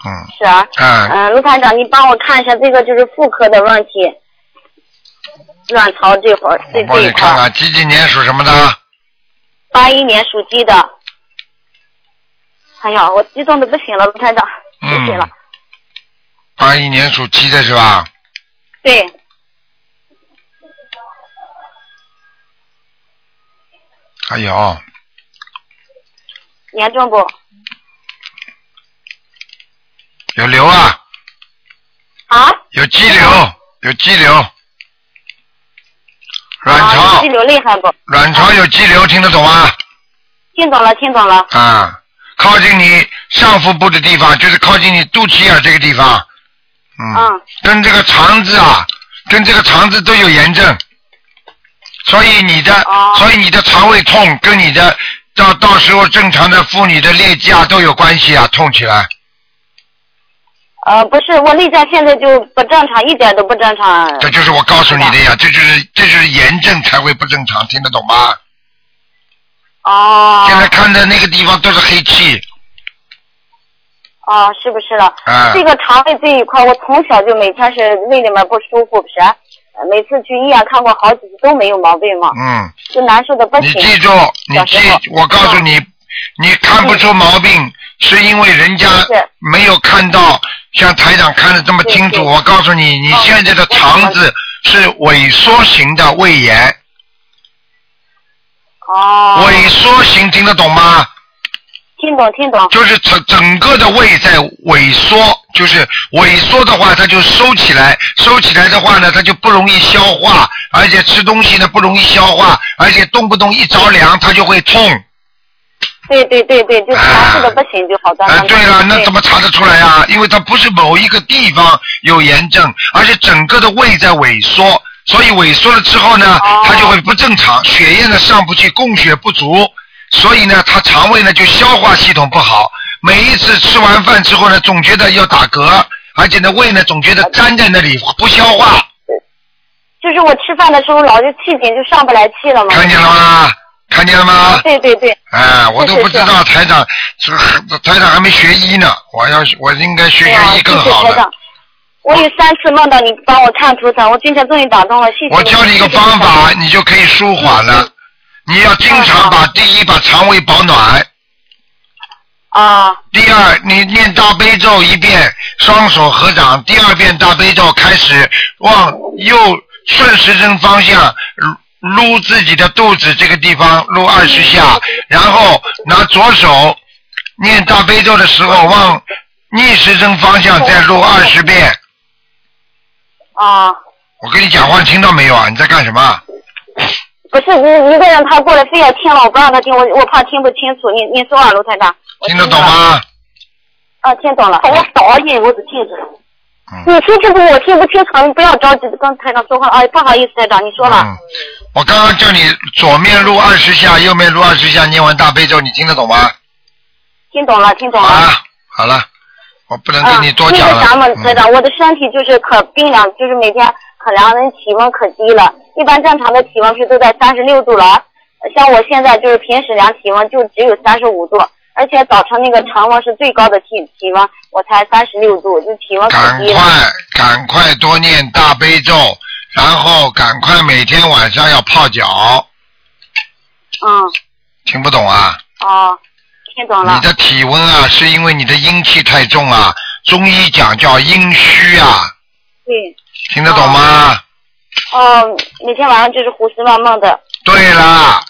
嗯
是啊。
嗯
嗯，卢团长，你帮我看一下这个就是妇科的问题，卵巢这会儿这
我帮
这
你
一块
看
儿，
看几几年属什么的？
八一年属鸡的。哎呀，我激动的不行了，卢团长，谢谢了。
嗯，八一年属鸡的是吧？
对，
还有，
严重不？
有瘤啊，
啊？
有肌瘤，有肌瘤，卵
啊，
巢
肌瘤厉害不？
卵巢有肌瘤，听得懂吗？
听懂了，听懂了。
啊，靠近你上腹部的地方，就是靠近你肚脐眼这个地方，嗯，跟这个肠子啊，跟这个肠子都有炎症，所以你的，
哦
所以你的肠胃痛跟你的到到时候正常的妇女的例假都有关系啊，痛起来。
呃，不是，我例假现在就不正常，一点都不正常。
这就是我告诉你的呀，这就是这就是炎症才会不正常，听得懂吗？
哦。
现在看的那个地方都是黑气，
哦，是不是了？
嗯
这个肠胃这一块，我从小就每天是胃里面不舒服，不是？呃每次去医院看过好几次都没有毛病嘛，
嗯，
就难受的不
你
行。
记住，你
哦小
记
时候，嗯
我告诉你，你看不出毛病，是因为人家没有看到像台长看的这么清楚。我告诉你，
哦
你现在的肠子是萎缩型的胃炎。
哦。
萎缩型听得懂吗？
听懂，听懂。
就是整整个的胃在萎缩，就是萎缩的话，它就收起来，收起来的话呢，它就不容易消化，而且吃东西呢不容易消化，而且动不动一着凉它就会痛。
对对对对，就难受的不行就好端端的。
哎对了，那怎么查得出来啊？因为它不是某一个地方有炎
哦
症，而是整个的胃在萎缩，所以萎缩了之后呢，
哦
它就会不正常，血液呢上不去，供血不足，所以呢，它肠胃呢就消化系统不好。每一次吃完饭之后呢，总觉得要打嗝，而且呢胃呢总觉得粘在那里不消化，
哦就是我吃饭的时候老是气紧，就上不来气了嘛。啊
看见了吗？看见了吗？
哦对对对。
哎，我都不知道台长，这台长还没学医呢，我要我应该学学医更好
哎啊谢谢台
了。
长。我有三次梦到你帮我看图腾，我今天终于打通了，谢谢。
我教你一个方法，你就可以舒缓了。你要经常把第一把肠胃保暖，
啊，
第二你念大悲咒一遍，双手合掌，第二遍大悲咒开始往右顺时针方向撸撸自己的肚子这个地方撸二十
嗯
下，然后拿左手念大悲咒的时候往逆时针方向再撸二十遍。
啊，
我跟你讲话，你听到没有啊？你在干什么？
不是你一个人他过来非要听了，我不让他听，我我怕听不清楚。你你说啊，卢团长。
听得懂吗？
啊，听懂了。我导演，我只听着。
嗯
你听清楚，我听不清楚，你不要着急跟台长说话。哎，不好意思，台长，你说了。
嗯我刚刚叫你左面录二十下，右面录二十下，念完大悲咒，你听得懂吗？
听懂了，听懂了。啊，
好了，我不能跟你多讲
那个啥
了。嗯
嘛，台长，我的身体就是可冰凉，就是每天可凉，人体温可低了。一般正常的体温是都在三十六度了，像我现在就是平时量体温就只有三十五度，而且早晨那个肠温是最高的体体温，我才三十六度，这体温可
赶
低了。
快赶快多念大悲咒，然后赶快每天晚上要泡脚，
嗯，
听不懂啊？
哦，听懂了
你。的体温啊，是因为你的阴气太重啊，中医讲叫阴虚啊，
对，
听得懂吗？
哦，每天晚上就是胡思乱梦的。
对啦，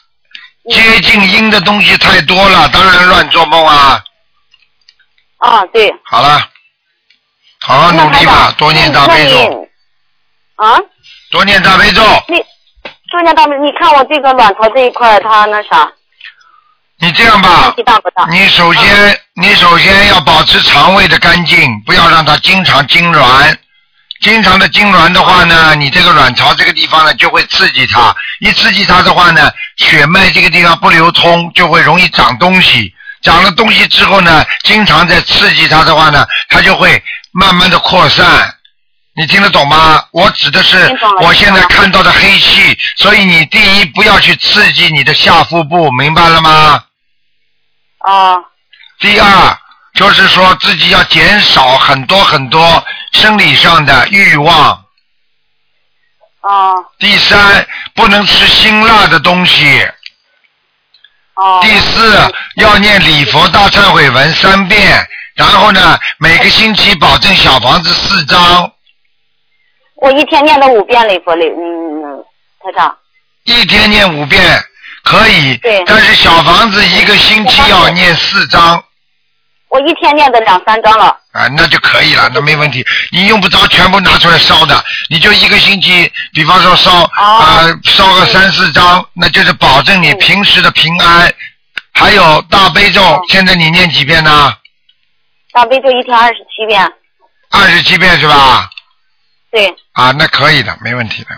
接近阴的东西太多了，当然乱做梦啊。
啊，对。
好了，好好努力吧，多念大
嗯
悲咒，
啊？
多念大悲咒。
你，中间大悲，你看我这个卵巢这一块儿，它那啥？
你这样
嗯
吧，你首先你首先要保持肠胃的干净，不要让它经常痉挛。经常的痉挛的话呢，你这个卵巢这个地方呢就会刺激它，一刺激它的话呢，血脉这个地方不流通，就会容易长东西。长了东西之后呢，经常在刺激它的话呢，它就会慢慢的扩散。你听得懂吗？我指的是我现在看到的黑气，所以你第一不要去刺激你的下腹部，明白了吗？
啊。
第二就是说自己要减少很多很多生理上的欲望。
哦。
第三，不能吃辛辣的东西。
哦。
第四，要念礼佛大忏悔文三遍，然后呢，每个星期保证小房子四张，
我一天念了五遍礼佛礼，嗯，嗯台长。
一天念五遍可以，但是小房子一个星期要念四张。
我一天念的两三张了。
啊，那就可以了，那没问题。你用不着全部拿出来烧的，你就一个星期，比方说烧啊、呃烧个三四张，那就是保证你平时的平安。还有大悲咒，现在你念几遍呢？
大悲咒一天二十七遍，
二十七遍是吧？
对，
啊，那可以的，没问题的。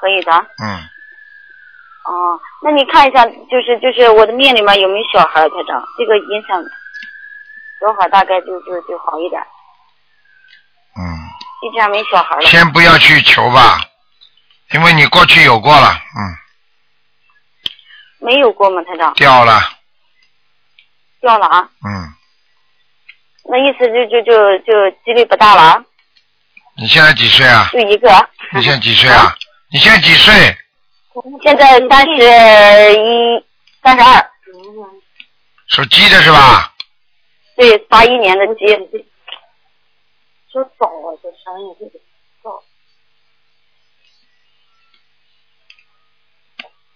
可以的。
嗯，
哦，那你看一下，就是就是我的面里面有没有小孩儿，台长？这个影响多少大概就就就好一点。
嗯。
一天没小孩了。
先不要去求吧，因为你过去有过了，嗯，
没有过吗，台长？
掉了，
掉了啊，
嗯，
那意思就就就就几率不大了啊，
你现在几岁啊？
就一个。
你现在几岁啊？你现在几岁？
现在三十一、三十二，
属鸡的是吧？
对，八一年的鸡。
就早啊，这啥也不早。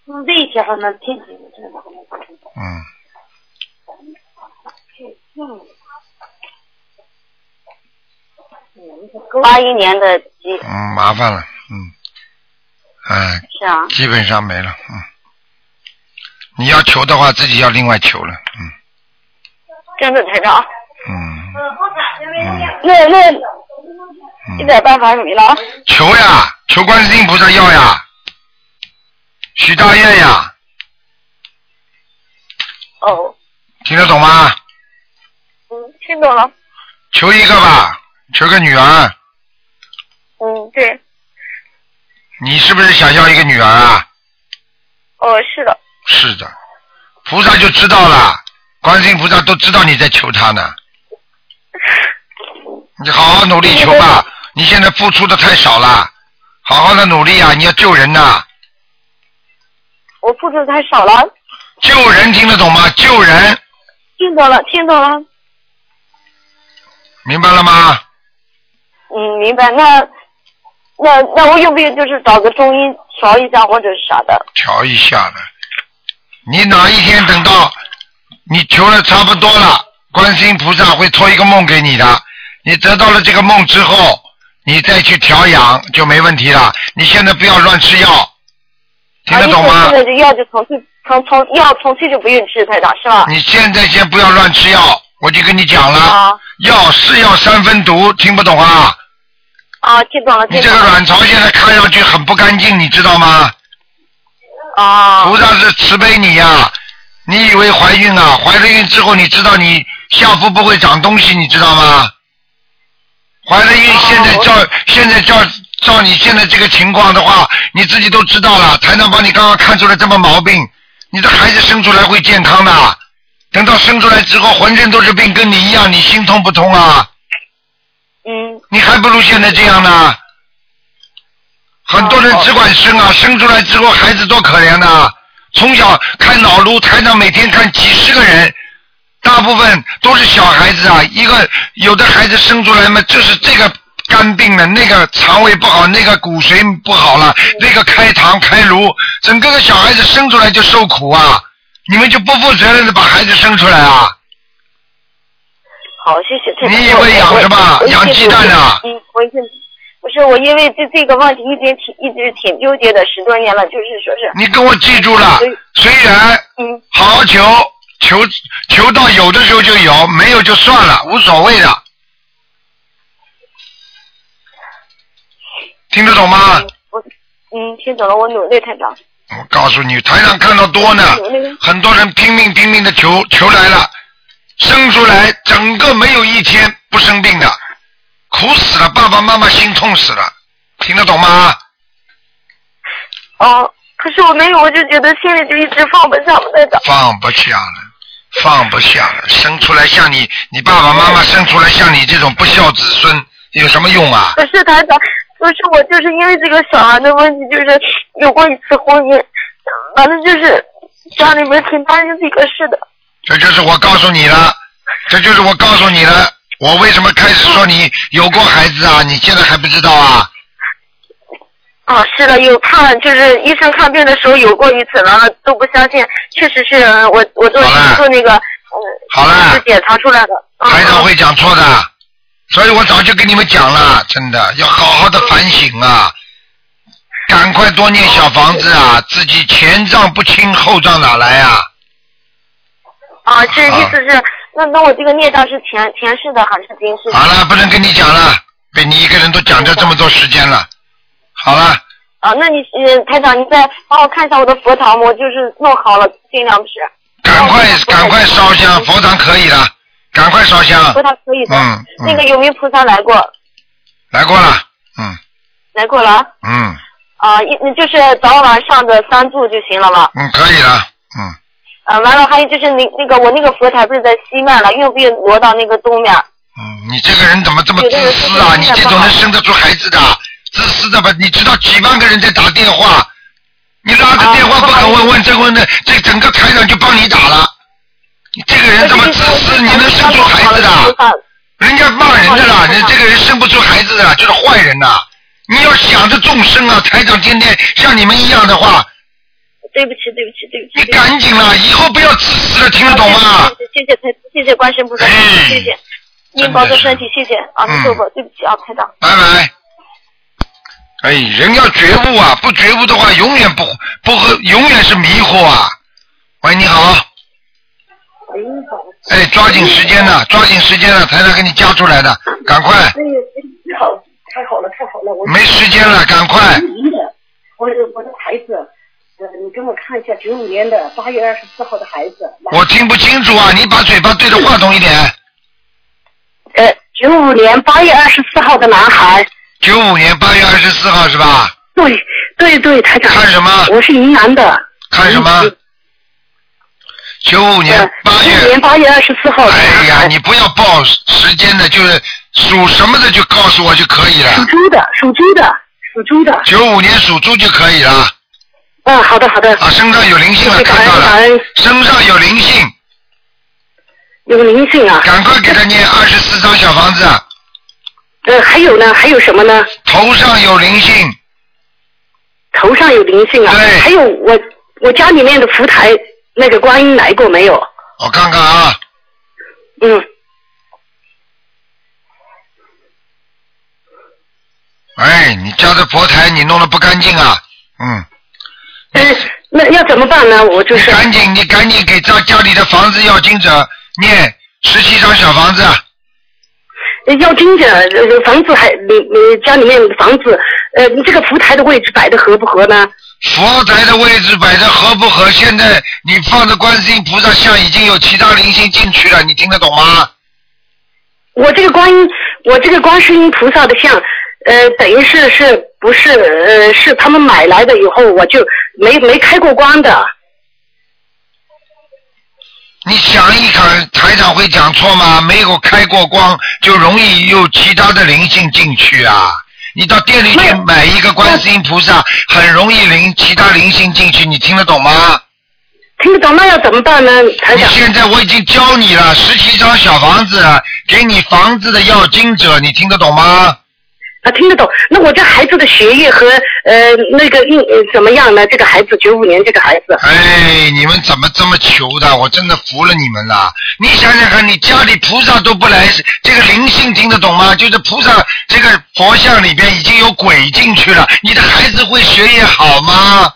嗯，这一天还能天气真的。
嗯，
八一年的鸡
嗯，麻烦了，嗯，哎，
是啊，
基本上没了，嗯。你要求的话，自己要另外求了，嗯
真的台长。
嗯，
呃那那一点办法没了啊。
求呀，求观世音菩萨要呀，许大愿呀，
哦，
听得懂吗？
嗯，听懂了。
求一个吧，求个女儿，
嗯，对，
你是不是想要一个女儿啊？
哦，是的，
是的，菩萨就知道了，观世音菩萨都知道你在求他呢。你好好努力求吧，你现在付出的太少了，好好的努力啊！你要救人呐、
我付出太少了。
救人听得懂吗？救人，
听懂了，听懂了。
明白了吗？
嗯，明白。那那那我有没有就是找个中医调一下或者是啥的？
调一下呢。你哪一天等到你求了差不多了，观世音菩萨会托一个梦给你的。你得到了这个梦之后，你再去调养就没问题了。你现在不要乱吃药，听得懂吗？
啊、现在药就从去从从药从去就不用吃，台长是吧？
啊你现在先不要乱吃药，我就跟你讲了，药是药三分毒，听不懂啊？
啊，听懂了，
你这个卵巢现在看上去很不干净，你知道吗？
啊。
菩萨是慈悲你呀、你以为怀孕啊？怀了孕之后，你知道你下腹部会长东西，你知道吗？怀了孕，现在照现在照照你现在这个情况的话，你自己都知道了。台长帮你刚刚看出来这么毛病，你的孩子生出来会健康的，等到生出来之后，浑身都是病，跟你一样，你心痛不痛啊？
嗯。
你还不如现在这样呢。很多人只管生啊，生出来之后孩子多可怜呐、从小看脑颅，台长每天看几十个人，大部分都是小孩子啊。一个有的孩子生出来嘛，就是这个肝病了，那个肠胃不好，那个骨髓不好了，那个开膛开颅，整个的小孩子生出来就受苦啊。你们就不负责任的把孩子生出来啊？
好，谢谢台长。
你以为养什么
我我
养鸡蛋啊
嗯，我已经不是我，因为这这个问题一直挺一直挺纠结的，十多年了，就是说是。
你跟我记住了
所以，
虽然好好求，求求到有的时候就有，没有就算了，无所谓的。听得懂吗？
我嗯，听懂了，我努力，台长。
我告诉你，台上看到多呢，很多人拼命拼命的求，求来了，生出来整个没有一天不生病的，苦死了，爸爸妈妈心痛死了，听得懂吗？
哦，可是我没有，我就觉得心里就一直放不下，不台长。
放不下了，放不下了，生出来像你，你爸爸妈妈生出来像你这种不孝子孙，有什么用啊？
可是台长，不是我，就是因为这个小孩的问题，就是有过一次婚姻，完了就是家里面挺担心这个事的。
这就是我告诉你了，这就是我告诉你了。我为什么开始说你有过孩子啊？你现在还不知道啊？
啊，是的，有看，就是医生看病的时候有过一次，完了都不相信，确实是呃我我做做那个，呃
好了，
是检查出来的。哦
台长会讲错的，所以我早就跟你们讲了，真的要好好的反省啊，赶快多念小房子啊，自己前账不清，后账哪来啊？
啊，这意思是，那那我这个孽障是前前世的还是今世的？
好了，不能跟你讲了，被你一个人都讲掉这么多时间了。好了，
啊，那你呃，台长，你再帮我看一下我的佛堂吗，我就是弄好了，尽量是。
赶快赶快烧香，佛堂可以了，赶快烧香
佛。堂可以的。
嗯嗯
那个有没有菩萨来过？
来过了，
来过了
嗯
啊，一那就是早晚上的三柱就行了嘛。
嗯，可以了，
啊，完了，还有就是那那个我那个佛台不是在西面了，用不用挪到那个东面？
嗯，你这个人怎么这么自私啊？你这种人生得出孩子的，自私的吧？你知道几万个人在打电话，你拉着电话不肯问问这问那，这整个台长就帮你打了。你这个人怎么自啊私？你能生出孩子的？人家骂人的啦，你这个人生不出孩子的，就是坏人呐！你要想着众生啊，台长天天像你们一样的话，
对不起，对不起，对不起。
你赶紧啦，以后不要自私了，听得懂吗？
谢谢台，谢谢观世音菩萨，谢谢，您保重身体，谢谢啊，
嗯
错过，对不起啊，台长。
拜拜。哎，人要觉悟啊，不觉悟的话，永远不不和，永远是迷惑啊。喂，你好，哎，抓紧时间了，抓紧时间了，台长给你加出来的，赶快，
哎呀，你好，太好了，太好了，我
没时间了赶快
我我的孩子，呃，你给我看一下九五年的八月二十四号的孩子，
我听不清楚啊，你把嘴巴对着话筒一点。
呃，九五年八月二十四号的男孩，
九五年八月二十四号是吧？
对对对，台长。
看什么？
我是云南的。嗯
看什么？九五年八月。
年八月二十四号。
哎呀，你不要报时间的，就是属什么的就告诉我就可以了。
属猪的，属猪的，属猪的。
九五年属猪就可以了。
嗯，好的好的。
啊，身上有灵性了，看到
哎
了，身上有灵性。
有灵性啊！
赶快给他念二十四张小房子。
呃，还有呢，还有什么呢？
头上有灵性。
头上有灵性啊！对。还有我我家里面的福台那个观音来过没有？
我看看啊，
嗯，
哎，你家的佛台你弄得不干净啊，嗯。
哎，那要怎么办呢？我
就是。你赶紧，你赶紧给家家里的房子要经者念十七张小房子。啊
呃要盯着呃房子还你你家里面的房子，呃，你这个福台的位置摆的合不合呢？
佛台的位置摆的合不合？现在你放的观世音菩萨像已经有其他灵性进去了，你听得懂吗？
我这个观音，我这个观世音菩萨的像，呃，等于是是不是呃是他们买来的以后我就没没开过光的。
你想一想，台长会讲错吗？没有开过光，就容易有其他的灵性进去啊。你到店里去买一个观世音菩萨，很容易灵其他灵性进去，你听得懂吗？
听得懂，那要怎么办呢？台
长，现在我已经教你了十七张小房子，给你房子的要经者，你听得懂吗？
啊，听得懂。那我这孩子的学业和呃那个运呃怎么样呢？这个孩子九五年这个孩子，
哎，你们怎么这么求的？我真的服了你们了。你想想看，你家里菩萨都不来，这个灵性听得懂吗？就是菩萨这个佛像里边已经有鬼进去了，你的孩子会学业好吗？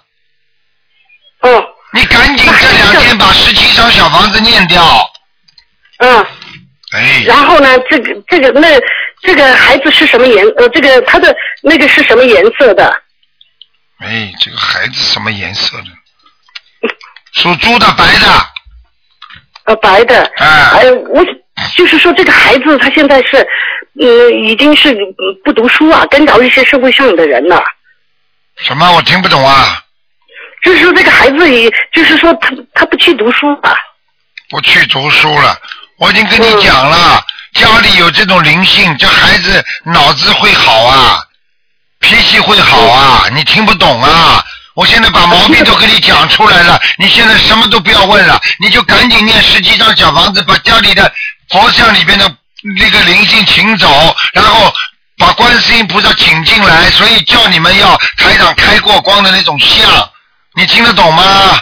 嗯。
你赶紧这两天把十七张小房子念掉。
嗯，
哎。
然后呢，这个这个那这个孩子是什么颜呃这个他的那个是什么颜色的？
哎，这个孩子什么颜色的？属猪的，白的。
呃，白的。
哎。
哎，我就是说这个孩子他现在是嗯已经是嗯不读书啊，跟着一些社会上的人了、
什么？我听不懂啊！
就是说这个孩子也就是说他他不去读书啊。
不去读书了，我已经跟你讲了，家里有这种灵性，这孩子脑子会好啊，脾气会好啊，你听不懂啊！我现在把毛病都跟你讲出来了，你现在什么都不要问了，你就赶紧念十七张小房子，把家里的佛像里边的那个灵性请走，然后把观世音菩萨请进来，所以叫你们要台长开过光的那种像，你听得懂吗？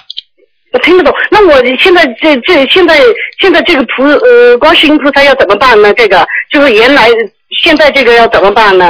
我听不懂。那我现在这这现在现在这个菩呃观世音菩萨要怎么办呢？这个就是原来现在这个要怎么办呢？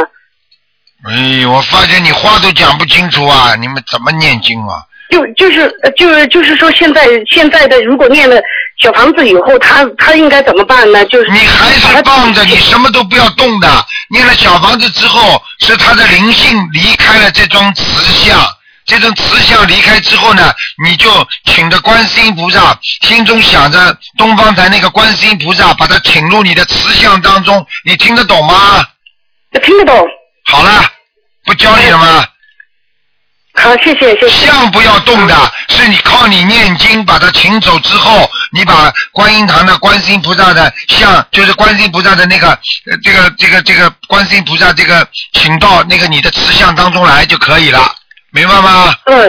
哎，我发现你话都讲不清楚啊！你们怎么念经啊？
就就是呃就是就是说现在现在的如果念了小房子以后，他他应该怎么办呢？就是
你还是放 着，你什么都不要动的。念了小房子之后，是他的灵性离开了这尊慈像，这尊慈像离开之后呢，你就请着观世音菩萨，心中想着东方台那个观世音菩萨，把它请入你的慈像当中。你听得懂吗？
听得懂。
好了，不教你了吗？
好，谢谢谢
谢。像不要动的，是你靠你念经把它请走之后，你把观音堂的观世音菩萨的像，就是观世音菩萨的那个呃这个这个这个观世音菩萨这个请到那个你的慈像当中来就可以了，明白吗？
嗯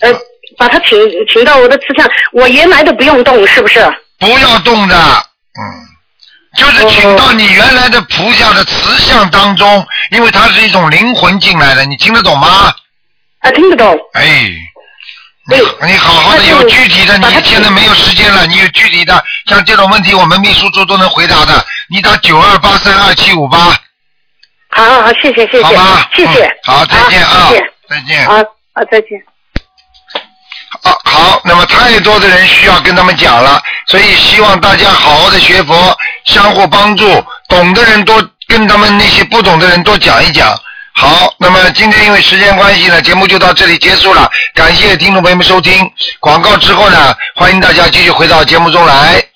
呃，把他请请到我的慈像，我原来的不用动，是不啊是？
不要动的，嗯，就是请到你原来的菩萨的慈像当中，因为它是一种灵魂进来的，你听得懂吗？
啊，听得懂。
哎，你你好好的有具体的，你现在没有时间了，你有具体的，像这种问题我们秘书处都能回答的，你打九二八三二七五八，
好好好，谢谢谢谢，
好吧？
谢谢。
嗯好，再见啊，
谢谢
再见。啊
啊啊，再见。
好，那么太多的人需要跟他们讲了，所以希望大家好好的学佛，相互帮助，懂的人多跟他们那些不懂的人多讲一讲。好，那么今天因为时间关系呢，节目就到这里结束了，感谢听众朋友们收听。广告之后呢，欢迎大家继续回到节目中来。